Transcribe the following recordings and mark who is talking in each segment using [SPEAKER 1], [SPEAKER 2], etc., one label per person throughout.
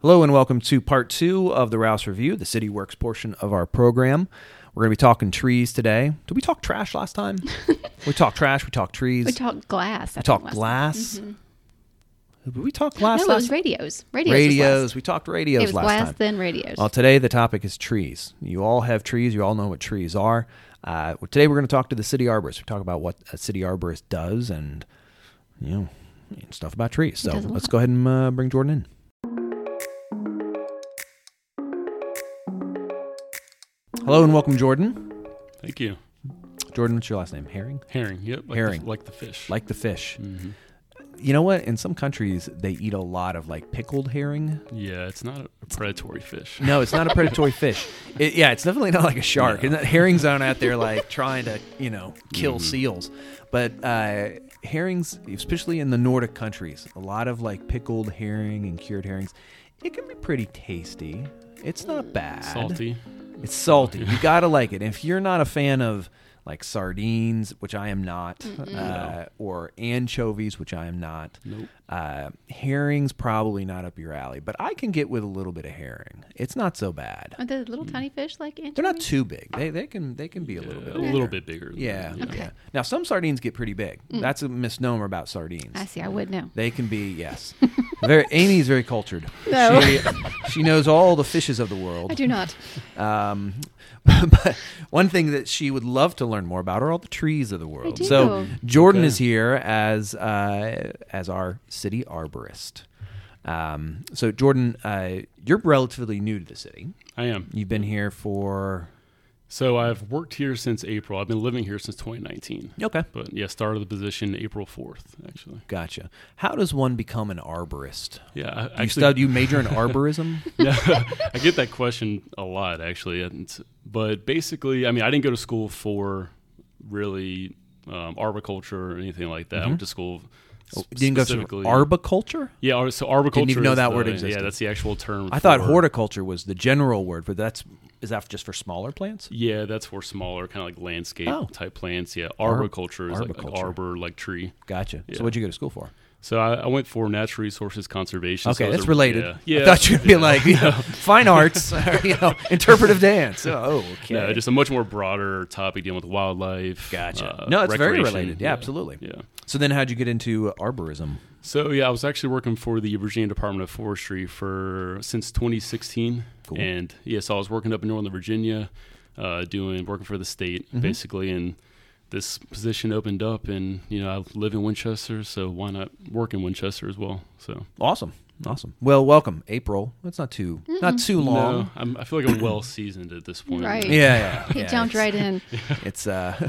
[SPEAKER 1] Hello and welcome to part two of the Rouse Review, the City Works portion of our program. We're going to be talking trees today. Did we talk trash last time? we talked trash. We talked trees.
[SPEAKER 2] We talked glass. I
[SPEAKER 1] We
[SPEAKER 2] think,
[SPEAKER 1] talked
[SPEAKER 2] last- Mm-hmm.
[SPEAKER 1] glass. Did we talk glass?
[SPEAKER 2] No, it
[SPEAKER 1] last
[SPEAKER 2] was radios. Radios. was
[SPEAKER 1] radios. We talked
[SPEAKER 2] last.
[SPEAKER 1] radios
[SPEAKER 2] It was
[SPEAKER 1] last
[SPEAKER 2] glass,
[SPEAKER 1] time.
[SPEAKER 2] then radios.
[SPEAKER 1] Well, today the topic is trees. You all have trees. You all know what trees are. Uh, today we're going to talk to the city arborist. We talk about what a city arborist does and you know and stuff about trees. So
[SPEAKER 2] does a
[SPEAKER 1] let's
[SPEAKER 2] lot.
[SPEAKER 1] go ahead and uh, bring Jordan in. Hello and welcome, Jordan.
[SPEAKER 3] Thank you.
[SPEAKER 1] Jordan, what's your last name? Herring,
[SPEAKER 3] Herring. Yep. Like
[SPEAKER 1] Herring.
[SPEAKER 3] The, like the fish.
[SPEAKER 1] like the fish.
[SPEAKER 3] Mhm.
[SPEAKER 1] You know what? In some countries, they eat a lot of like pickled herring.
[SPEAKER 3] Yeah, it's not a predatory fish.
[SPEAKER 1] No, it's not a predatory fish. It, yeah, it's definitely not like a shark. And that herrings aren't out there like trying to, you know, kill seals. But uh, herrings, especially in the Nordic countries, a lot of like pickled herring and cured herrings, it can be pretty tasty. It's not bad.
[SPEAKER 3] Salty.
[SPEAKER 1] It's salty. You gotta like it. If you're not a fan of like sardines, which I am not, uh, or anchovies, which I am not,
[SPEAKER 3] Nope.
[SPEAKER 1] uh, herring's probably not up your alley. But I can get with a little bit of herring. It's not so bad.
[SPEAKER 2] Are the little tiny fish like
[SPEAKER 1] They're not
[SPEAKER 2] anchovies?
[SPEAKER 1] too big. They they can they can be a little bit
[SPEAKER 3] a
[SPEAKER 1] bigger.
[SPEAKER 3] little bit bigger. than
[SPEAKER 1] Yeah,
[SPEAKER 3] that,
[SPEAKER 1] yeah. Now some sardines get pretty big. That's a misnomer about sardines.
[SPEAKER 2] Mm. I see. I would know.
[SPEAKER 1] They can be yes. very Amy's very cultured.
[SPEAKER 2] No.
[SPEAKER 1] She, she knows all the fishes of the world.
[SPEAKER 2] I do not.
[SPEAKER 1] Um, but one thing that she would love to learn more about are all the trees of the world.
[SPEAKER 2] do.
[SPEAKER 1] So Jordan
[SPEAKER 3] Okay.
[SPEAKER 1] is here as uh, as our city arborist. Um, so Jordan, uh, you're relatively new to the city.
[SPEAKER 3] I am.
[SPEAKER 1] You've been here for
[SPEAKER 3] So I've worked here since April. I've been living here since 2019.
[SPEAKER 1] okay.
[SPEAKER 3] But yeah, started the position April 4th, actually.
[SPEAKER 1] Gotcha. How does one become an arborist?
[SPEAKER 3] Yeah. I,
[SPEAKER 1] You
[SPEAKER 3] actually,
[SPEAKER 1] stud, you major in arborism.
[SPEAKER 3] yeah, I get that question a lot actually, and but basically, I mean, I didn't go to school for really um, arboriculture or anything like that. I went to school. s-
[SPEAKER 1] Mm-hmm. Oh, Didn't go through
[SPEAKER 3] specifically-
[SPEAKER 1] arboriculture.
[SPEAKER 3] Yeah, ar- so arboriculture.
[SPEAKER 1] Didn't even know
[SPEAKER 3] is
[SPEAKER 1] that
[SPEAKER 3] the-
[SPEAKER 1] word
[SPEAKER 3] Yeah,
[SPEAKER 1] existed.
[SPEAKER 3] that's the actual term.
[SPEAKER 1] I thought
[SPEAKER 3] for-
[SPEAKER 1] horticulture was the general word, but that's is that just for smaller plants?
[SPEAKER 3] Yeah, that's for smaller, kind of like landscape
[SPEAKER 1] Oh.
[SPEAKER 3] type plants. Yeah, arboriculture is like, like
[SPEAKER 1] arboriculture.
[SPEAKER 3] arbor, like tree.
[SPEAKER 1] Gotcha.
[SPEAKER 3] Yeah.
[SPEAKER 1] So what'd you go to school for?
[SPEAKER 3] So I, I went for natural resources conservation. so
[SPEAKER 1] Okay,
[SPEAKER 3] I was
[SPEAKER 1] that's
[SPEAKER 3] a-
[SPEAKER 1] related.
[SPEAKER 3] Yeah, yeah
[SPEAKER 1] I thought you'd be like you know, fine arts, or, you know, interpretive dance. Oh, okay.
[SPEAKER 3] no, just a much more broader topic dealing with wildlife.
[SPEAKER 1] gotcha.
[SPEAKER 3] uh,
[SPEAKER 1] no, it's very
[SPEAKER 3] recreation.
[SPEAKER 1] related. Yeah, absolutely.
[SPEAKER 3] Yeah.
[SPEAKER 1] So then, how'd you get into arborism?
[SPEAKER 3] So yeah, I was actually working for the Virginia Department of Forestry for since 2016,
[SPEAKER 1] Cool.
[SPEAKER 3] and yeah, so I was working up in Northern Virginia, uh, doing working for the state
[SPEAKER 1] Mm-hmm.
[SPEAKER 3] basically, and this position opened up, and you know I live in Winchester, so why not work in Winchester as well? So
[SPEAKER 1] Awesome, awesome. Well, welcome, April. That's not too not too long.
[SPEAKER 3] no, I'm, I feel like I'm well seasoned at this point.
[SPEAKER 2] Right.
[SPEAKER 1] Yeah, yeah.
[SPEAKER 2] He
[SPEAKER 1] yeah,
[SPEAKER 2] jumped
[SPEAKER 1] it's-
[SPEAKER 2] right in.
[SPEAKER 1] It's uh,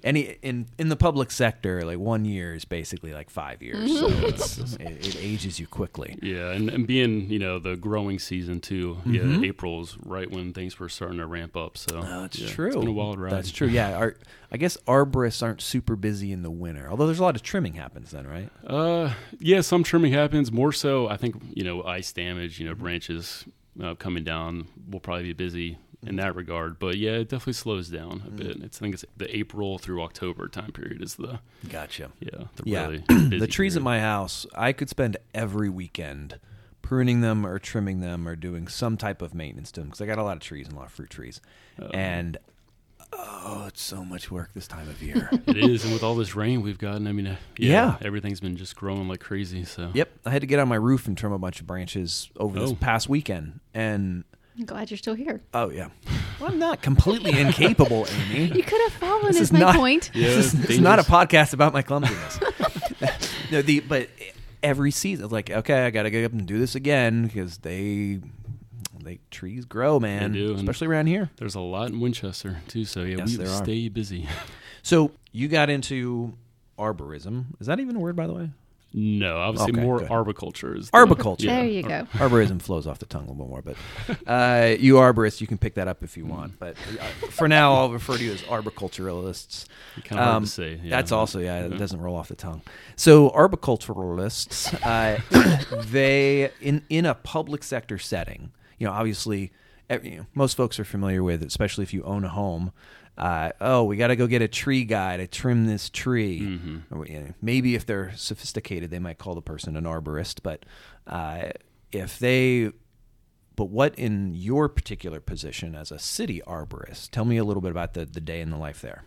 [SPEAKER 1] any in in the public sector, like one year is basically like five years. So
[SPEAKER 2] Mm-hmm.
[SPEAKER 1] it's, it, it ages you quickly.
[SPEAKER 3] Yeah, and, and being you know the growing season too. Yeah, April's right when things were starting to ramp up. So
[SPEAKER 1] Mm-hmm. That's
[SPEAKER 3] yeah,
[SPEAKER 1] true.
[SPEAKER 3] It's been a wild ride.
[SPEAKER 1] That's true. Yeah, our, I guess arborists aren't super busy in the winter, although there's a lot of trimming happens then, right?
[SPEAKER 3] Uh, yeah, some trimming happens. More so, I think you know ice damage. You know,
[SPEAKER 1] Mm-hmm.
[SPEAKER 3] branches uh, coming down will probably be busy
[SPEAKER 1] Mm-hmm.
[SPEAKER 3] in that regard. But yeah, it definitely slows down a bit. It's I think it's the April through October time period is the
[SPEAKER 1] Gotcha.
[SPEAKER 3] yeah the
[SPEAKER 1] Yeah.
[SPEAKER 3] really
[SPEAKER 1] the
[SPEAKER 3] busy
[SPEAKER 1] trees at
[SPEAKER 3] period.
[SPEAKER 1] my house, I could spend every weekend pruning them or trimming them or doing some type of maintenance to them because I got a lot of trees and a lot of fruit trees. And oh, it's so much work this time of year.
[SPEAKER 3] it is, and with all this rain we've gotten, I mean, uh,
[SPEAKER 1] Yeah.
[SPEAKER 3] yeah, everything's been just growing like crazy. So
[SPEAKER 1] yep, I had to get on my roof and trim a bunch of branches over this
[SPEAKER 3] Oh.
[SPEAKER 1] past weekend. And
[SPEAKER 2] I'm glad you're still here.
[SPEAKER 1] oh, yeah. Well, I'm not completely incapable, Amy.
[SPEAKER 2] You could have fallen,
[SPEAKER 1] This
[SPEAKER 2] is,
[SPEAKER 1] is
[SPEAKER 2] my
[SPEAKER 1] not-
[SPEAKER 2] point.
[SPEAKER 3] yeah,
[SPEAKER 1] this is,
[SPEAKER 3] it's
[SPEAKER 1] it's not a
[SPEAKER 3] dangerous.
[SPEAKER 1] podcast about my clumsiness. no, the but every season, it's like okay, I got to get up and do this again because they they trees grow, man,
[SPEAKER 3] do, and-
[SPEAKER 1] especially around here.
[SPEAKER 3] There's a lot in Winchester too. So yeah,
[SPEAKER 1] Yes,
[SPEAKER 3] we
[SPEAKER 1] there are.
[SPEAKER 3] stay busy.
[SPEAKER 1] So you got into arborism. Is that even a word, by the way?
[SPEAKER 3] no, I would say
[SPEAKER 1] Okay,
[SPEAKER 3] more
[SPEAKER 1] good.
[SPEAKER 3] arboriculture is the-
[SPEAKER 1] Arboriculture.
[SPEAKER 3] Yeah.
[SPEAKER 2] There you go.
[SPEAKER 1] Arborism flows off the tongue a little more, but uh, you arborists, you can pick that up if you want. But uh, for now, I'll refer to you as arboriculturalists. Um,
[SPEAKER 3] Kinda hard to say, yeah.
[SPEAKER 1] That's also yeah, it doesn't roll off the tongue. So arboriculturalists, uh, they in in a public sector setting, you know, obviously, ev- you know, most folks are familiar with, especially if you own a home. Uh, oh, we got to go get a tree guy to trim this tree.
[SPEAKER 3] Mm-hmm.
[SPEAKER 1] Or, you know, maybe if they're sophisticated, they might call the person an arborist. But uh, if they But what in your particular position as a city arborist? Tell me a little bit about the, the day in the life there.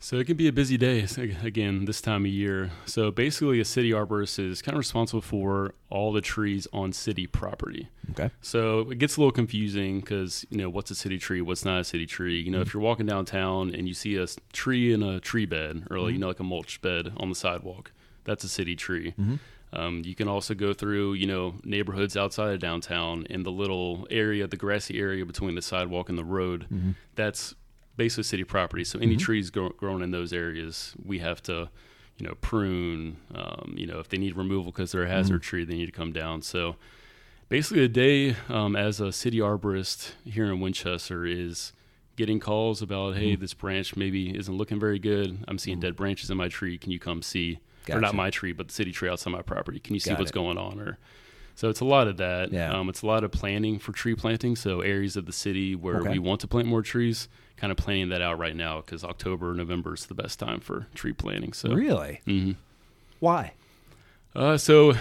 [SPEAKER 3] So it can be a busy day so again this time of year. So basically, a city arborist is kind of responsible for all the trees on city property.
[SPEAKER 1] Okay.
[SPEAKER 3] So it gets a little confusing because you know what's a city tree, what's not a city tree. You know, if you're walking downtown and you see a s- tree in a tree bed or like, you know like a mulch bed on the sidewalk, that's a city tree. Um, you can also go through you know neighborhoods outside of downtown and the little area, the grassy area between the sidewalk and the road. That's basically city property. So any trees grow, grown in those areas, we have to, you know, prune. Um, you know, if they need removal because they're a hazard tree, they need to come down. So basically, a day um, as a city arborist here in Winchester is getting calls about, hey,
[SPEAKER 1] Mm.
[SPEAKER 3] this branch maybe isn't looking very good. I'm seeing dead branches in my tree. Can you come see? Or not
[SPEAKER 1] Gotcha.
[SPEAKER 3] my tree, but the city tree outside my property. Can you see
[SPEAKER 1] Got
[SPEAKER 3] what's
[SPEAKER 1] it.
[SPEAKER 3] going on? Or so it's a lot of that.
[SPEAKER 1] Yeah.
[SPEAKER 3] Um, it's a lot of planning for tree planting. So areas of the city where
[SPEAKER 1] Okay.
[SPEAKER 3] we want to plant more trees, kind of planning that out right now because October, November is the best time for tree planting. So,
[SPEAKER 1] Really?
[SPEAKER 3] Mhm.
[SPEAKER 1] Why?
[SPEAKER 3] uh, so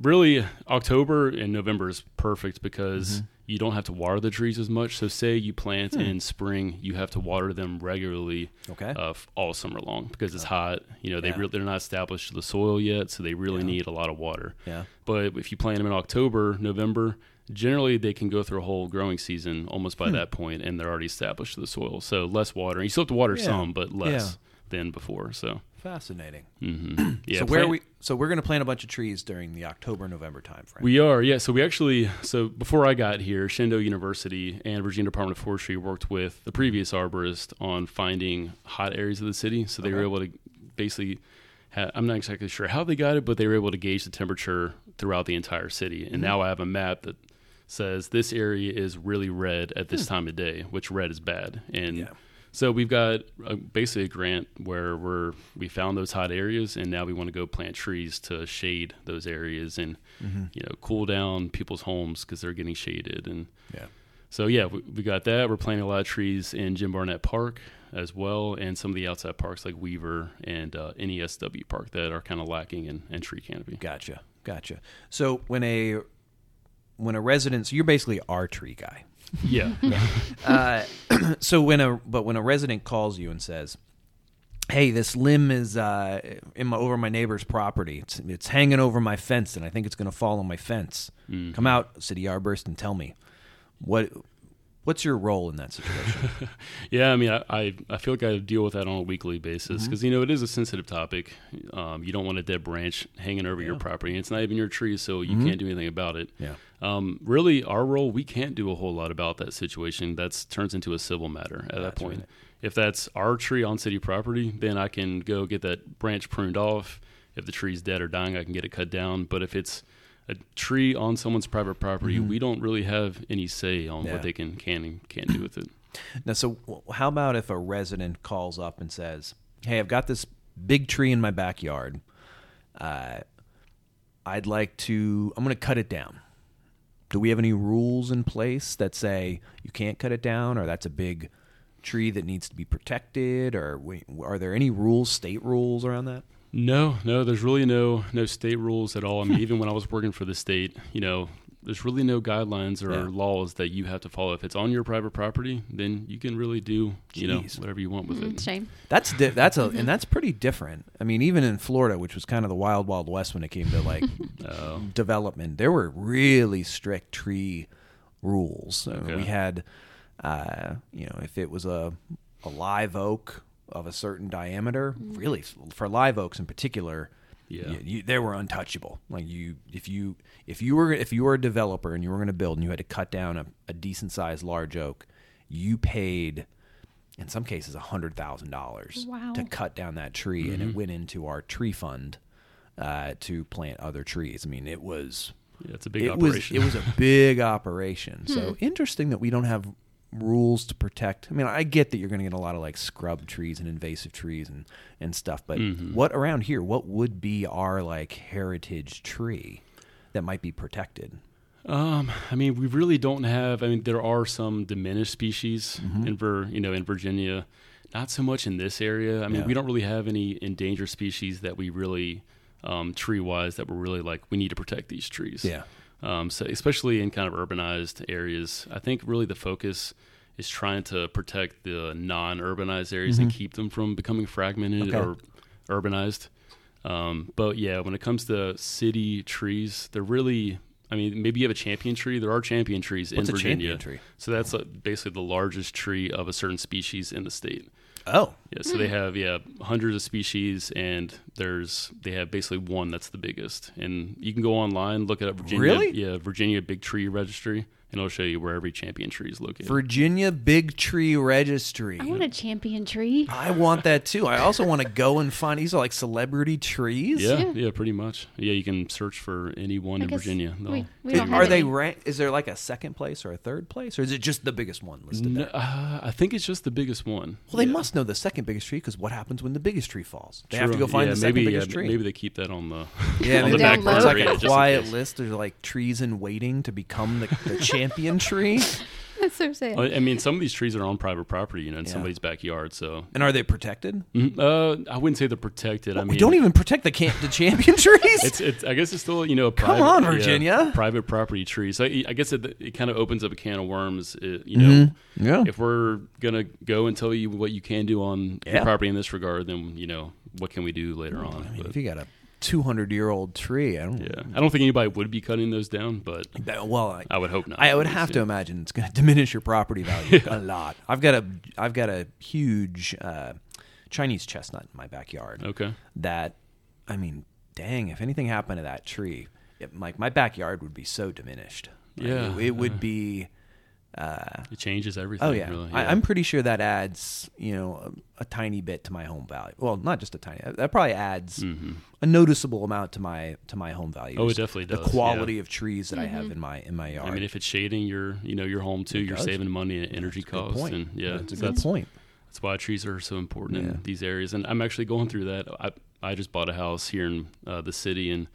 [SPEAKER 3] really October and November is perfect because
[SPEAKER 1] Mm-hmm.
[SPEAKER 3] you don't have to water the trees as much. So say you plant in spring, you have to water them regularly
[SPEAKER 1] Hmm. Okay. Oh.
[SPEAKER 3] uh, f- all summer long because it's hot. You know, they
[SPEAKER 1] Yeah.
[SPEAKER 3] re- they're not established to the soil yet, so they really need a lot of water.
[SPEAKER 1] Yeah.
[SPEAKER 3] But if you plant them in October, November, generally they can go through a whole growing season almost
[SPEAKER 1] Hmm.
[SPEAKER 3] by that point, and they're already established to the soil. So less water. You still have to water
[SPEAKER 1] Yeah.
[SPEAKER 3] some, but less than before. So
[SPEAKER 1] Fascinating.
[SPEAKER 3] hmm yeah.
[SPEAKER 1] so where
[SPEAKER 3] plant-
[SPEAKER 1] we so we're going to plant a bunch of trees during the October November timeframe.
[SPEAKER 3] We are, yeah. So we actually, so before I got here, Shendo University and Virginia Department of Forestry worked with the previous arborist on finding hot areas of the city. So they were
[SPEAKER 1] Okay.
[SPEAKER 3] able to basically, ha- I'm not exactly sure how they got it, but they were able to gauge the temperature throughout the entire city. And now I have a map that says this area is really red at this time of day, which red is bad. And
[SPEAKER 1] Yeah.
[SPEAKER 3] so we've got uh basically a grant where we're we found those hot areas, and now we want to go plant trees to shade those areas and you know cool down people's homes because they're getting shaded. And
[SPEAKER 1] yeah.
[SPEAKER 3] so yeah, we, we got that. We're planting a lot of trees in Jim Barnett Park as well, and some of the outside parks like Weaver and uh, NESW Park that are kind of lacking in, in tree canopy.
[SPEAKER 1] Gotcha. Gotcha. So when a when a resident, so you're basically our tree guy.
[SPEAKER 3] Yeah,
[SPEAKER 1] Uh, so when a but when a resident calls you and says, "Hey, this limb is uh, in my over my neighbor's property. It's it's hanging over my fence, and I think it's going to fall on my fence. Come out, city arborist, and tell me what what's your role in that situation."
[SPEAKER 3] Yeah, I mean, I, I, I feel like I deal with that on a weekly
[SPEAKER 1] Mm-hmm.
[SPEAKER 3] basis because, you know, it is a sensitive topic. Um, you don't want a dead branch hanging over your property. and It's not even your tree, so you can't do anything about it.
[SPEAKER 1] Mm-hmm. Yeah.
[SPEAKER 3] Um, really, our role, we can't do a whole lot about that situation. That's turns into a civil matter at that point. If that's our tree on city property, then I can go get that branch pruned off. If the tree's dead or dying, I can get it cut down. But if it's a tree on someone's private property, we don't really have any say on
[SPEAKER 1] Mm-hmm. Yeah.
[SPEAKER 3] what they can can and can't do with it.
[SPEAKER 1] Now, so w- how about if a resident calls up and says, "Hey, I've got this big tree in my backyard. Uh, I'd like to. I'm going to cut it down." Do we have any rules in place that say you can't cut it down, or that's a big tree that needs to be protected, or we, are there any rules, state rules around that?
[SPEAKER 3] No, no, there's really no no state rules at all. I mean,
[SPEAKER 1] Hmm.
[SPEAKER 3] even when I was working for the state, you know, there's really no guidelines or
[SPEAKER 1] Yeah.
[SPEAKER 3] laws that you have to follow. If it's on your private property, then you can really do you know
[SPEAKER 1] Jeez.
[SPEAKER 3] whatever you want with
[SPEAKER 2] Mm,
[SPEAKER 3] it.
[SPEAKER 2] Shame.
[SPEAKER 1] That's di- that's a and that's pretty different. I mean, even in Florida, which was kind of the wild wild west when it came to like
[SPEAKER 3] Oh.
[SPEAKER 1] development, there were really strict tree rules. I mean,
[SPEAKER 3] Okay.
[SPEAKER 1] we had, uh, you know, if it was a a live oak of a certain diameter, really for live oaks in particular.
[SPEAKER 3] Yeah.
[SPEAKER 1] You, you, they were untouchable. Like you, if you, if you were, if you were a developer and you were going to build and you had to cut down a, a decent sized large oak, you paid, in some cases, a hundred thousand dollars
[SPEAKER 2] Wow.
[SPEAKER 1] to cut down that tree, and
[SPEAKER 3] Mm-hmm.
[SPEAKER 1] it went into our tree fund uh, to plant other trees. I mean, it was
[SPEAKER 3] Yeah, it's a big
[SPEAKER 1] it
[SPEAKER 3] operation.
[SPEAKER 1] was it was a big operation. So
[SPEAKER 2] Hmm.
[SPEAKER 1] interesting that we don't have rules to protect. I mean, I get that you're going to get a lot of like scrub trees and invasive trees and and stuff, but
[SPEAKER 3] Mm-hmm.
[SPEAKER 1] what around here? What would be our like heritage tree that might be protected?
[SPEAKER 3] Um, I mean, we really don't have. I mean, there are some diminished species
[SPEAKER 1] Mm-hmm.
[SPEAKER 3] in Vir, you know, in Virginia. Not so much in this area. I mean,
[SPEAKER 1] Yeah.
[SPEAKER 3] we don't really have any endangered species that we really, um, tree wise, that we're really like we need to protect these trees. um, so especially in kind of urbanized areas. I think really the focus is trying to protect the non-urbanized areas and keep them from becoming fragmented
[SPEAKER 1] Mm-hmm. Okay.
[SPEAKER 3] or urbanized. Um, but yeah, when it comes to city trees, they're really. I mean, maybe you have a champion tree. There are champion trees
[SPEAKER 1] What's a
[SPEAKER 3] in Virginia.
[SPEAKER 1] champion tree?
[SPEAKER 3] So that's uh basically the largest tree of a certain species in the state.
[SPEAKER 1] Oh,
[SPEAKER 3] Yeah, so they have yeah hundreds of species, and there's they have basically one that's the biggest. And you can go online, look it up Virginia,
[SPEAKER 1] Really?
[SPEAKER 3] yeah, Virginia Big Tree Registry, and it'll show you where every champion tree is located.
[SPEAKER 1] Virginia Big Tree Registry.
[SPEAKER 2] I want a champion tree.
[SPEAKER 1] I want that too. I also want to go and find these are like celebrity trees.
[SPEAKER 3] yeah,
[SPEAKER 2] yeah.
[SPEAKER 3] yeah, pretty much. Yeah, you can search for any one
[SPEAKER 2] I
[SPEAKER 3] in
[SPEAKER 2] guess
[SPEAKER 3] Virginia. They'll-
[SPEAKER 2] we- we
[SPEAKER 1] Did-
[SPEAKER 2] don't
[SPEAKER 1] are
[SPEAKER 2] have
[SPEAKER 1] they
[SPEAKER 2] any.
[SPEAKER 1] ranked? Is there like a second place or a third place, or is it just the biggest one listed?
[SPEAKER 3] No,
[SPEAKER 1] there?
[SPEAKER 3] uh, I think it's just the biggest one.
[SPEAKER 1] Well, they
[SPEAKER 3] Yeah.
[SPEAKER 1] must know the second biggest tree because what happens when the biggest tree falls? They have to go
[SPEAKER 3] True.
[SPEAKER 1] find
[SPEAKER 3] Yeah,
[SPEAKER 1] the second
[SPEAKER 3] maybe,
[SPEAKER 1] biggest
[SPEAKER 3] yeah,
[SPEAKER 1] tree.
[SPEAKER 3] Maybe they keep that on the
[SPEAKER 1] yeah,
[SPEAKER 3] on
[SPEAKER 1] maybe
[SPEAKER 3] the back
[SPEAKER 2] down low.
[SPEAKER 1] it's
[SPEAKER 3] burner.
[SPEAKER 1] like
[SPEAKER 3] yeah,
[SPEAKER 1] a
[SPEAKER 3] just in
[SPEAKER 1] quiet
[SPEAKER 3] case.
[SPEAKER 1] list. There's like trees in waiting to become the, the champion tree.
[SPEAKER 2] That's so sad.
[SPEAKER 1] Oh,
[SPEAKER 3] I I mean, some of these trees are on private property, you know, in
[SPEAKER 1] Yeah.
[SPEAKER 3] somebody's backyard. So,
[SPEAKER 1] And are they protected?
[SPEAKER 3] Mhm. uh, I wouldn't say they're protected. I mean,
[SPEAKER 1] we don't even protect the camp, the champion trees.
[SPEAKER 3] It's, it's. I guess it's still you know. A
[SPEAKER 1] Come
[SPEAKER 3] private,
[SPEAKER 1] on,
[SPEAKER 3] yeah,
[SPEAKER 1] Virginia.
[SPEAKER 3] private property trees. So I, I guess it, it kind of opens up a can of worms. It,
[SPEAKER 1] Mm-hmm.
[SPEAKER 3] you know,
[SPEAKER 1] yeah.
[SPEAKER 3] if we're gonna go and tell you what you can do on
[SPEAKER 1] Yeah. Mm,
[SPEAKER 3] your property in this regard, then you know what can we do later on.
[SPEAKER 1] I mean,
[SPEAKER 3] But,
[SPEAKER 1] if you got a 200 year old tree, I don't.
[SPEAKER 3] yeah, I don't think anybody would be cutting those down, but
[SPEAKER 1] That- well, I,
[SPEAKER 3] I would hope not.
[SPEAKER 1] I would
[SPEAKER 3] It's,
[SPEAKER 1] have
[SPEAKER 3] yeah.
[SPEAKER 1] to imagine it's going to diminish your property value a lot. I've got a I've got a huge uh, Chinese chestnut in my backyard.
[SPEAKER 3] Okay.
[SPEAKER 1] That I mean, dang! If anything happened to that tree, it, like my backyard would be so diminished. Like,
[SPEAKER 3] Yeah.
[SPEAKER 1] it, it would be.
[SPEAKER 3] It changes everything.
[SPEAKER 1] Oh yeah,
[SPEAKER 3] really.
[SPEAKER 1] I, I'm pretty sure that adds you know a, a tiny bit to my home value. Well, not just a tiny. That probably adds
[SPEAKER 3] Mm-hmm.
[SPEAKER 1] a noticeable amamount to my to my home value.
[SPEAKER 3] Mm. Oh, it
[SPEAKER 1] Just
[SPEAKER 3] definitely
[SPEAKER 1] The
[SPEAKER 3] does,
[SPEAKER 1] quality of trees that I have in my in my yard.
[SPEAKER 3] I mean, if it's shading your, you know, your home too, you're
[SPEAKER 1] does.
[SPEAKER 3] saving money and energy
[SPEAKER 1] Good
[SPEAKER 3] costs,
[SPEAKER 1] point.
[SPEAKER 3] and yeah,
[SPEAKER 1] that's a
[SPEAKER 3] that's-
[SPEAKER 1] good point.
[SPEAKER 3] That's why trees are so important
[SPEAKER 1] Yeah.
[SPEAKER 3] in these areas. And I'm actually going through that. I, I just bought a house here in uh, the city, and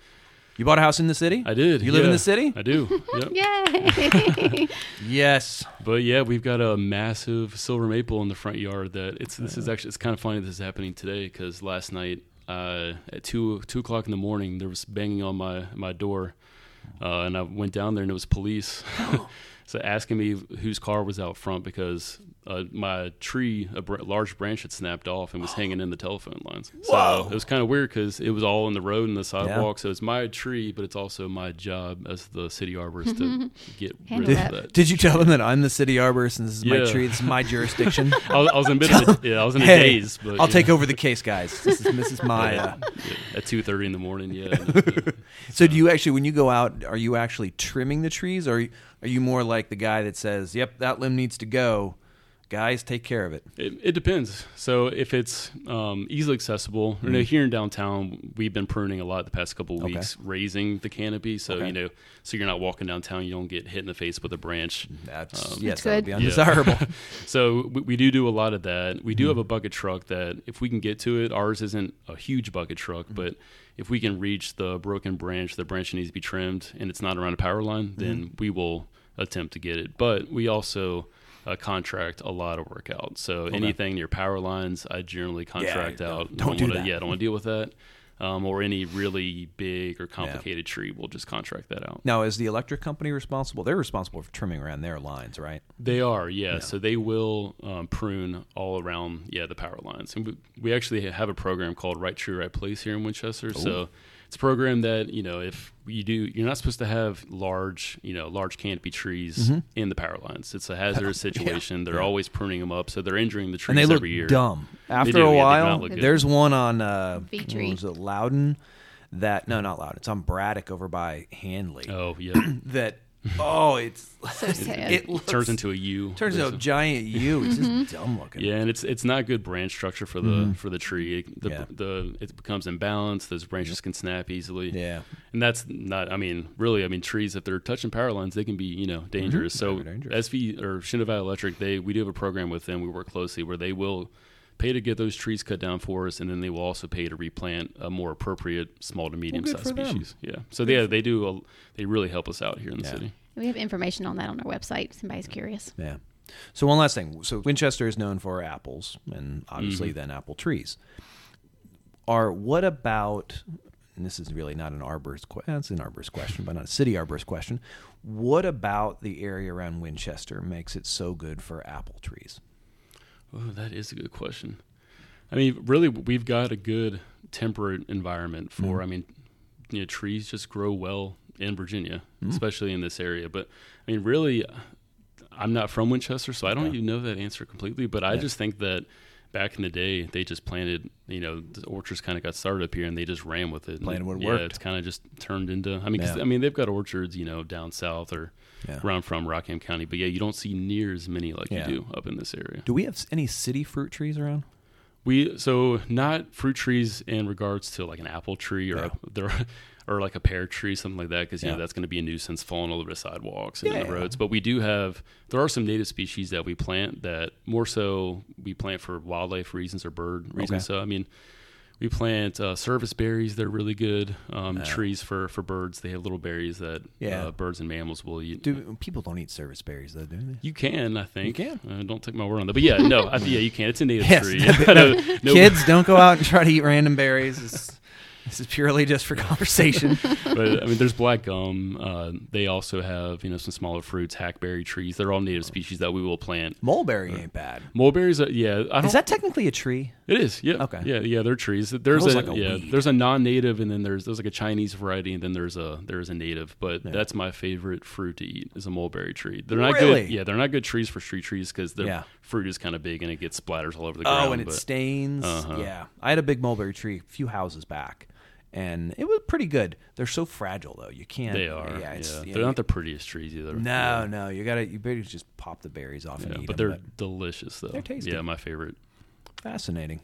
[SPEAKER 1] You bought a house in the city?
[SPEAKER 3] I did.
[SPEAKER 1] You live in
[SPEAKER 3] yeah.
[SPEAKER 1] the city?
[SPEAKER 3] I do. Yep.
[SPEAKER 2] Yay!
[SPEAKER 1] Yes.
[SPEAKER 3] But yeah, we've got a massive silver maple in the front yard. That it's this is actually it's kind of funny this is happening today because last night uh, at two two o'clock in the morning there was banging on my my door, uh, and I went down there and it was police. So asking me whose car was out front because uh, my tree, a br- large branch had snapped off and was hanging in the telephone lines.
[SPEAKER 1] Whoa.
[SPEAKER 3] So it was kind of weird because it was all in the road and the sidewalk. So it's my tree, but it's also my job as the city arborist to get
[SPEAKER 2] Handle
[SPEAKER 3] rid
[SPEAKER 2] that.
[SPEAKER 3] of that.
[SPEAKER 1] Did you tell them that I'm the city arborist and this is my
[SPEAKER 3] Yeah.
[SPEAKER 1] tree? This is my jurisdiction.
[SPEAKER 3] I was, I was in a bit of a, yeah, I was in a
[SPEAKER 1] hey,
[SPEAKER 3] daze, but
[SPEAKER 1] I'll
[SPEAKER 3] yeah.
[SPEAKER 1] take over the case, guys. This is this is my. Uh,
[SPEAKER 3] Yeah, yeah, at two thirty in the morning. Yeah, no, yeah.
[SPEAKER 1] so, do you actually, when you go out, are you actually trimming the trees, or are you more like the guy that says, "Yep, that limb needs to go." Guys, take care of it.
[SPEAKER 3] it, it depends. So if it's um, easily accessible, you know, here in downtown, we've been pruning a lot the past couple of
[SPEAKER 1] Mm-hmm. Okay.
[SPEAKER 3] weeks, raising the canopy. So
[SPEAKER 1] Okay.
[SPEAKER 3] you know, so you're not walking downtown, you don't get hit in the face with a branch.
[SPEAKER 1] Mm-hmm. That's
[SPEAKER 3] Um,
[SPEAKER 1] yes,
[SPEAKER 2] That's
[SPEAKER 1] that would
[SPEAKER 2] good.
[SPEAKER 1] be
[SPEAKER 2] Yeah.
[SPEAKER 1] undesirable.
[SPEAKER 3] so we, we do do a lot of that. We do
[SPEAKER 1] Mm-hmm.
[SPEAKER 3] have a bucket truck that, if we can get to it, ours isn't a huge bucket truck,
[SPEAKER 1] Mm-hmm.
[SPEAKER 3] but if we can reach the broken branch, the branch that needs to be trimmed, and it's not around a power line,
[SPEAKER 1] Mm-hmm.
[SPEAKER 3] then we will attempt to get it. But we also uh, contract a lot of work out. So anything near power lines, I generally contract
[SPEAKER 1] don't-
[SPEAKER 3] out.
[SPEAKER 1] don't do
[SPEAKER 3] wanna,
[SPEAKER 1] that.
[SPEAKER 3] Yeah, don't want to deal with that. Um, or any really big or complicated tree, we'll just contract that out.
[SPEAKER 1] Now, is the electric company responsible? They're responsible for trimming around their lines, right?
[SPEAKER 3] They are, yeah. So they will um, prune all around, yeah, the power lines. And we, we actually have a program called Right Tree, Right Place here in Winchester. So it's a program that you know, if you do, you're not supposed to have large, you know, large canopy trees
[SPEAKER 1] Mm-hmm.
[SPEAKER 3] in the power lines. It's a hazardous situation. They're always pruning them up, so they're injuring the trees
[SPEAKER 1] and they look
[SPEAKER 3] every year.
[SPEAKER 1] dumb after
[SPEAKER 3] do, yeah,
[SPEAKER 1] a
[SPEAKER 3] they do
[SPEAKER 1] while.
[SPEAKER 3] not look good.
[SPEAKER 1] there's one on uh,
[SPEAKER 2] Bee
[SPEAKER 1] what
[SPEAKER 2] tree.
[SPEAKER 1] was it Loudon? That no, not Loudon. It's on Braddock over by Hanley.
[SPEAKER 3] Oh yeah,
[SPEAKER 1] That oh, it's
[SPEAKER 2] So sad.
[SPEAKER 1] it looks,
[SPEAKER 3] turns into a U.
[SPEAKER 1] turns
[SPEAKER 3] There's
[SPEAKER 1] into a giant U. It's just dumb looking.
[SPEAKER 3] Yeah, and it's it's not good branch structure for the for the tree. It- The,
[SPEAKER 1] Mm-hmm. Yeah.
[SPEAKER 3] the it becomes imbalanced. Those branches can snap easily.
[SPEAKER 1] Yeah.
[SPEAKER 3] and that's not. I mean, really. I mean, trees if they're touching power lines, they can be you know dangerous. So
[SPEAKER 1] They're Mm-hmm. dangerous.
[SPEAKER 3] SV or Shenandoah Valley Electric, they we do have a program with them. We work closely where they will pay to get those trees cut down for us, and then they will also pay to replant a more appropriate small to medium sized
[SPEAKER 1] for them.
[SPEAKER 3] species. Yeah. So yeah, they do. A, they really help us out here in the
[SPEAKER 1] Yeah.
[SPEAKER 3] city.
[SPEAKER 2] we have information on that on our website. if Somebody's curious.
[SPEAKER 1] Yeah. So one last thing. So Winchester is known for
[SPEAKER 3] Mm-hmm.
[SPEAKER 1] apples and obviously then apple trees. Are what about and this is really not an arborist question, it's an arborist question, but not a city arborist question. What about the area around Winchester makes it so good for apple trees?
[SPEAKER 3] Oh, that is a good question. I mean, really, we've got a good temperate environment
[SPEAKER 1] Mm-hmm.
[SPEAKER 3] for. I mean, you know, trees just grow well in Virginia,
[SPEAKER 1] Mm-hmm.
[SPEAKER 3] especially in this area. But I mean, really, I'm not from Winchester, so I don't even know that answer completely. But I just think that back in the day, they just planted. You know, the orchards kind of got started up here, and they just ran with it.
[SPEAKER 1] Planted
[SPEAKER 3] and,
[SPEAKER 1] what
[SPEAKER 3] yeah,
[SPEAKER 1] worked.
[SPEAKER 3] It's kind of just turned into. I mean, 'cause,
[SPEAKER 1] Yeah.
[SPEAKER 3] I mean, they've got orchards, you know, down south or
[SPEAKER 1] Yeah.
[SPEAKER 3] where I'm from, Rockham County. But yeah, you don't see near as many like
[SPEAKER 1] Yeah.
[SPEAKER 3] you do up in this area.
[SPEAKER 1] Do we have s- any city fruit trees around?
[SPEAKER 3] We so not fruit trees in regards to like an apple tree or a, there or like a pear tree, something like that, because you
[SPEAKER 1] Yeah.
[SPEAKER 3] know that's going to be a nuisance falling all over the sidewalks and in
[SPEAKER 1] Yeah.
[SPEAKER 3] the roads. But we do have there are some native species that we plant that more so we plant for wildlife reasons or bird reasons. So I mean. We plant uh, service berries; they're really good um, trees for, for birds. They have little berries that
[SPEAKER 1] Yeah.
[SPEAKER 3] uh, birds and mammals will eat.
[SPEAKER 1] Do people don't eat service berries though, do they?
[SPEAKER 3] You can, I think.
[SPEAKER 1] can.
[SPEAKER 3] Uh, don't take my word on that, but yeah, no, I, yeah, you can. It's a native
[SPEAKER 1] Yes.
[SPEAKER 3] tree. no, no-
[SPEAKER 1] Kids, don't go out and try to eat random berries. This, this is purely just for conversation.
[SPEAKER 3] but I mean, there's black gum. Uh, they also have you know some smaller fruits, hackberry trees. They're all native species that we will plant.
[SPEAKER 1] Mulberry ain't bad.
[SPEAKER 3] Mulberries, uh, yeah, I don't.
[SPEAKER 1] Is that technically a tree?
[SPEAKER 3] it is, yeah,
[SPEAKER 1] Okay.
[SPEAKER 3] yeah, yeah. They're trees. There's
[SPEAKER 1] Grows
[SPEAKER 3] a,
[SPEAKER 1] like a
[SPEAKER 3] yeah,
[SPEAKER 1] weed.
[SPEAKER 3] there's a non-native, and then there's there's like a Chinese variety, and then there's a there's a native. But that's my favorite fruit to eat is a mulberry tree. They're not
[SPEAKER 1] Really?
[SPEAKER 3] good. Yeah, they're not good trees for street trees because their
[SPEAKER 1] Yeah.
[SPEAKER 3] fruit is kind of big and it gets splatters all over the ground.
[SPEAKER 1] Oh, and it
[SPEAKER 3] but-
[SPEAKER 1] stains.
[SPEAKER 3] Uh-huh.
[SPEAKER 1] Yeah, I had a big mulberry tree a few houses back, and it was pretty good. They're so fragile though; you can't.
[SPEAKER 3] they are.
[SPEAKER 1] Yeah,
[SPEAKER 3] Yeah,
[SPEAKER 1] it's, yeah,
[SPEAKER 3] they're not the prettiest trees either.
[SPEAKER 1] No, no, you gotta. You better just pop the berries off
[SPEAKER 3] Yeah,
[SPEAKER 1] and eat
[SPEAKER 3] but
[SPEAKER 1] them.
[SPEAKER 3] they're delicious though.
[SPEAKER 1] They're tasty.
[SPEAKER 3] Yeah, my favorite.
[SPEAKER 1] but fascinating.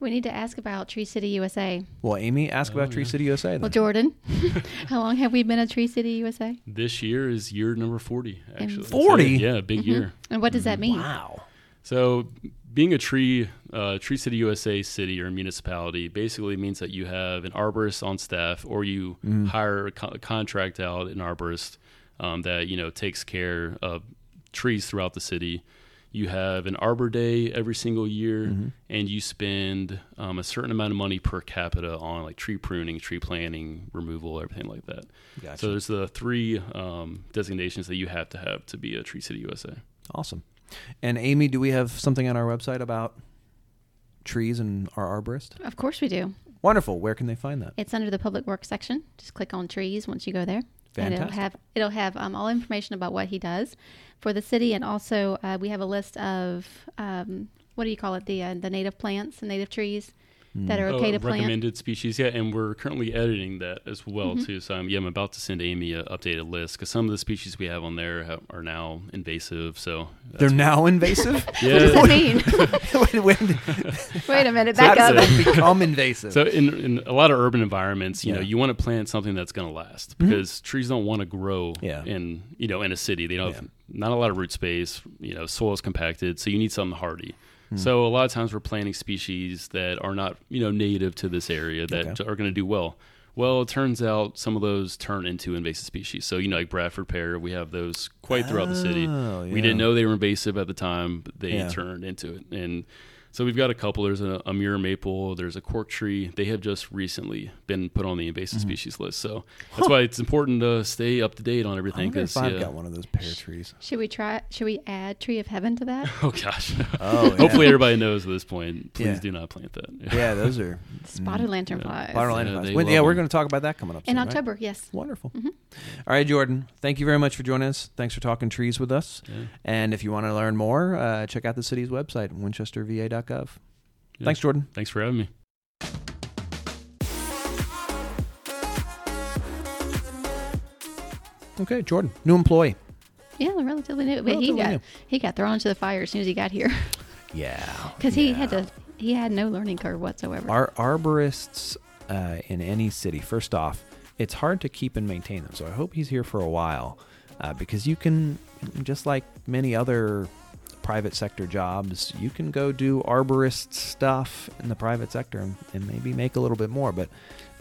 [SPEAKER 2] We need to ask about Tree City USA.
[SPEAKER 1] Well, Amy, ask
[SPEAKER 3] Oh,
[SPEAKER 1] about Tree City USA. Then.
[SPEAKER 2] Well, Jordan, how long have we been at Tree City USA?
[SPEAKER 3] This year is year number 40, actually.
[SPEAKER 1] 40?
[SPEAKER 3] So, yeah, big year.
[SPEAKER 2] And what does
[SPEAKER 1] Mm,
[SPEAKER 2] that mean?
[SPEAKER 1] wow.
[SPEAKER 3] So, being a tree, uh, Tree City USA city or municipality basically means that you have an arborist on staff or you hire a co- contract out an arborist um, that, you know, takes care of trees throughout the city. You have an Arbor Day every single year, and you spend um, a certain amount of money per capita on like tree pruning, tree planting, removal, everything like that.
[SPEAKER 1] Gotcha.
[SPEAKER 3] So there's the three um, designations that you have to have to be a Tree City USA.
[SPEAKER 1] Awesome. And Amy, do we have something on our website about trees and our arborist?
[SPEAKER 2] Of course we do.
[SPEAKER 1] Wonderful. Where can they find that?
[SPEAKER 2] It's under the public works section. Just click on trees once you go there. And it'll
[SPEAKER 1] Fantastic.
[SPEAKER 2] have it'll have um, all information about what he does for the city, and also uh, we have a list of um, what do you call it the uh, the native plants and native trees
[SPEAKER 1] Hmm.
[SPEAKER 2] that are okay
[SPEAKER 3] Oh,
[SPEAKER 2] to plant.
[SPEAKER 3] recommended species, yeah, and we're currently editing that as well
[SPEAKER 2] Mm-hmm.
[SPEAKER 3] too. So I'm, yeah, I'm about to send Amy an updated list because some of the species we have on there ha are now invasive. So uh,
[SPEAKER 1] They're now invasive.
[SPEAKER 2] What does that
[SPEAKER 3] yeah.
[SPEAKER 2] mean?
[SPEAKER 1] when, when,
[SPEAKER 2] Wait a minute,
[SPEAKER 1] how
[SPEAKER 2] back
[SPEAKER 1] does
[SPEAKER 2] up.
[SPEAKER 1] it become invasive?
[SPEAKER 3] So in, in a lot of urban environments, you know,
[SPEAKER 1] Yeah. Mm-hmm.
[SPEAKER 3] you want to plant something that's going to last because trees don't want to grow
[SPEAKER 1] Yeah.
[SPEAKER 3] in you know in a city. They don't have not a lot of root space. You know, soil's compacted, so you need something hardy.
[SPEAKER 1] Hmm.
[SPEAKER 3] So a lot of times we're planting species that are not you know native to this area that
[SPEAKER 1] Okay.
[SPEAKER 3] are going to do well. Well, it turns out some of those turn into invasive species. So you know, like Bradford pear, we have those quite throughout the city.
[SPEAKER 1] Oh, yeah.
[SPEAKER 3] We didn't know they were invasive at the time, but they
[SPEAKER 1] Yeah.
[SPEAKER 3] turned into it. And so we've got a couple. There's a, a mirror maple. There's a cork tree. They have just recently been put on the invasive
[SPEAKER 1] Mm-hmm.
[SPEAKER 3] species list. So that's why it's important to stay up to date on
[SPEAKER 1] I
[SPEAKER 3] everything.
[SPEAKER 1] wonder
[SPEAKER 3] 'cause,
[SPEAKER 1] if I've
[SPEAKER 3] yeah.
[SPEAKER 1] got one of those pear trees.
[SPEAKER 2] Should we try? Should we add Tree of Heaven to that?
[SPEAKER 3] Oh gosh.
[SPEAKER 1] Oh, yeah.
[SPEAKER 3] Hopefully everybody knows at this point. Please
[SPEAKER 1] Yeah.
[SPEAKER 3] do not plant that.
[SPEAKER 1] Yeah, those are
[SPEAKER 2] Spotted lanternflies
[SPEAKER 1] bottom line
[SPEAKER 3] Yeah,
[SPEAKER 1] advice.
[SPEAKER 3] they
[SPEAKER 1] When-
[SPEAKER 3] love
[SPEAKER 1] yeah, we're
[SPEAKER 3] them.
[SPEAKER 1] going to talk about that coming up
[SPEAKER 2] in
[SPEAKER 1] soon, right?
[SPEAKER 2] October. Mm-hmm. Yes.
[SPEAKER 1] Wonderful. All right, Jordan. Thank you very much for joining us. Thanks for talking trees with us. And if you want to learn more, uh, check out the city's website, WinchesterVA.gov.
[SPEAKER 3] Yeah.
[SPEAKER 1] Thanks, Jordan.
[SPEAKER 3] Thanks for having me.
[SPEAKER 1] Okay, Jordan, new employee.
[SPEAKER 2] Yeah, they're relatively new. But
[SPEAKER 1] Relatively
[SPEAKER 2] he got
[SPEAKER 1] new.
[SPEAKER 2] he got thrown into the fire as soon as he got here
[SPEAKER 1] Yeah,
[SPEAKER 2] because he had to he had no learning curve whatsoever.
[SPEAKER 1] Our arborists uh, in any city, first off, it's hard to keep and maintain them. So I hope he's here for a while uh, because you can, just like many other private sector jobs, you can go do arborist stuff in the private sector and, and maybe make a little bit more. But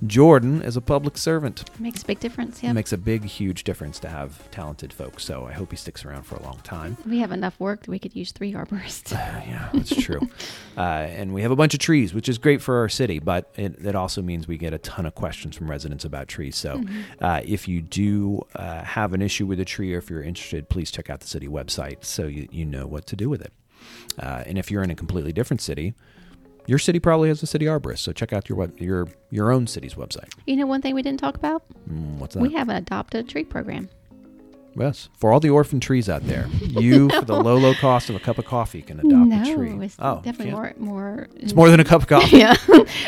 [SPEAKER 1] Jordan as a public servant.
[SPEAKER 2] Makes a big difference.
[SPEAKER 1] It
[SPEAKER 2] Yeah.
[SPEAKER 1] makes a big, huge difference to have talented folks. So I hope he sticks around for a long time.
[SPEAKER 2] we have enough work that we could use three arborists.
[SPEAKER 1] Uh, yeah, that's true. uh, and we have a bunch of trees, which is great for our city, but it, it also means we get a ton of questions from residents about trees. So
[SPEAKER 2] Mm-hmm.
[SPEAKER 1] uh, if you do uh, have an issue with a tree or if you're interested, please check out the city website so you, you know what to do with it. Uh, and if you're in a completely different city, your city probably has a city arborist, so check out your web, your your own city's website.
[SPEAKER 2] You know, one thing we didn't talk about?
[SPEAKER 1] Mm, what's that?
[SPEAKER 2] We have an adopt a tree program.
[SPEAKER 1] Yes, for all the orphan trees out there, you for the low low cost of a cup of coffee can adopt
[SPEAKER 2] no,
[SPEAKER 1] a tree.
[SPEAKER 2] it's
[SPEAKER 1] Oh,
[SPEAKER 2] definitely
[SPEAKER 1] can't-
[SPEAKER 2] more more.
[SPEAKER 1] It's more than a cup of coffee.
[SPEAKER 2] yeah,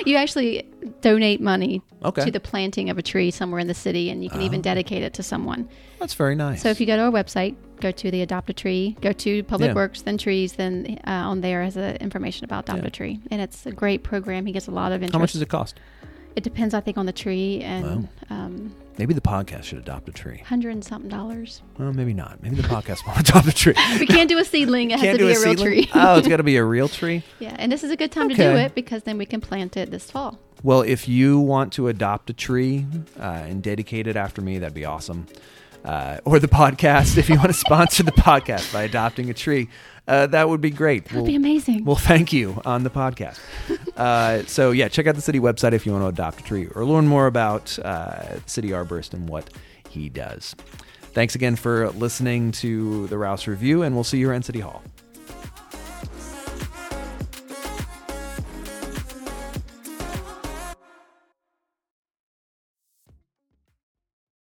[SPEAKER 2] you actually donate money
[SPEAKER 1] Okay.
[SPEAKER 2] to the planting of a tree somewhere in the city, and you can even dedicate it to someone.
[SPEAKER 1] That's very nice.
[SPEAKER 2] So if you go to our website, go to the Adopt a Tree, go to Public
[SPEAKER 1] Yeah.
[SPEAKER 2] Works, then Trees, then uh, on there is uh, information about Adopt a Tree, and it's a great program. He gets a lot of interest.
[SPEAKER 1] How much does it cost?
[SPEAKER 2] It depends, I think, on the tree and um,
[SPEAKER 1] Maybe the podcast should adopt a tree.
[SPEAKER 2] hundred and something dollars.
[SPEAKER 1] Well, maybe not. Maybe the podcast won't adopt a tree.
[SPEAKER 2] We can't do a seedling; it has to
[SPEAKER 1] do
[SPEAKER 2] be a, real
[SPEAKER 1] seedling?
[SPEAKER 2] tree.
[SPEAKER 1] oh, it's got to be a real tree.
[SPEAKER 2] yeah, and this is a good time to do
[SPEAKER 1] Okay.
[SPEAKER 2] it because then we can plant it this fall.
[SPEAKER 1] Well, if you want to adopt a tree uh, and dedicate it after me, that'd be awesome. Uh, or the podcast, if you want to sponsor the podcast by adopting a tree, uh, that would be great.
[SPEAKER 2] That'd be amazing.
[SPEAKER 1] Well, thank you on the podcast. uh, so, yeah, check out the city website if you want to adopt a tree or learn more about uh, City Arborist and what he does. Thanks again for listening to the Rouse Review, and we'll see you around City Hall.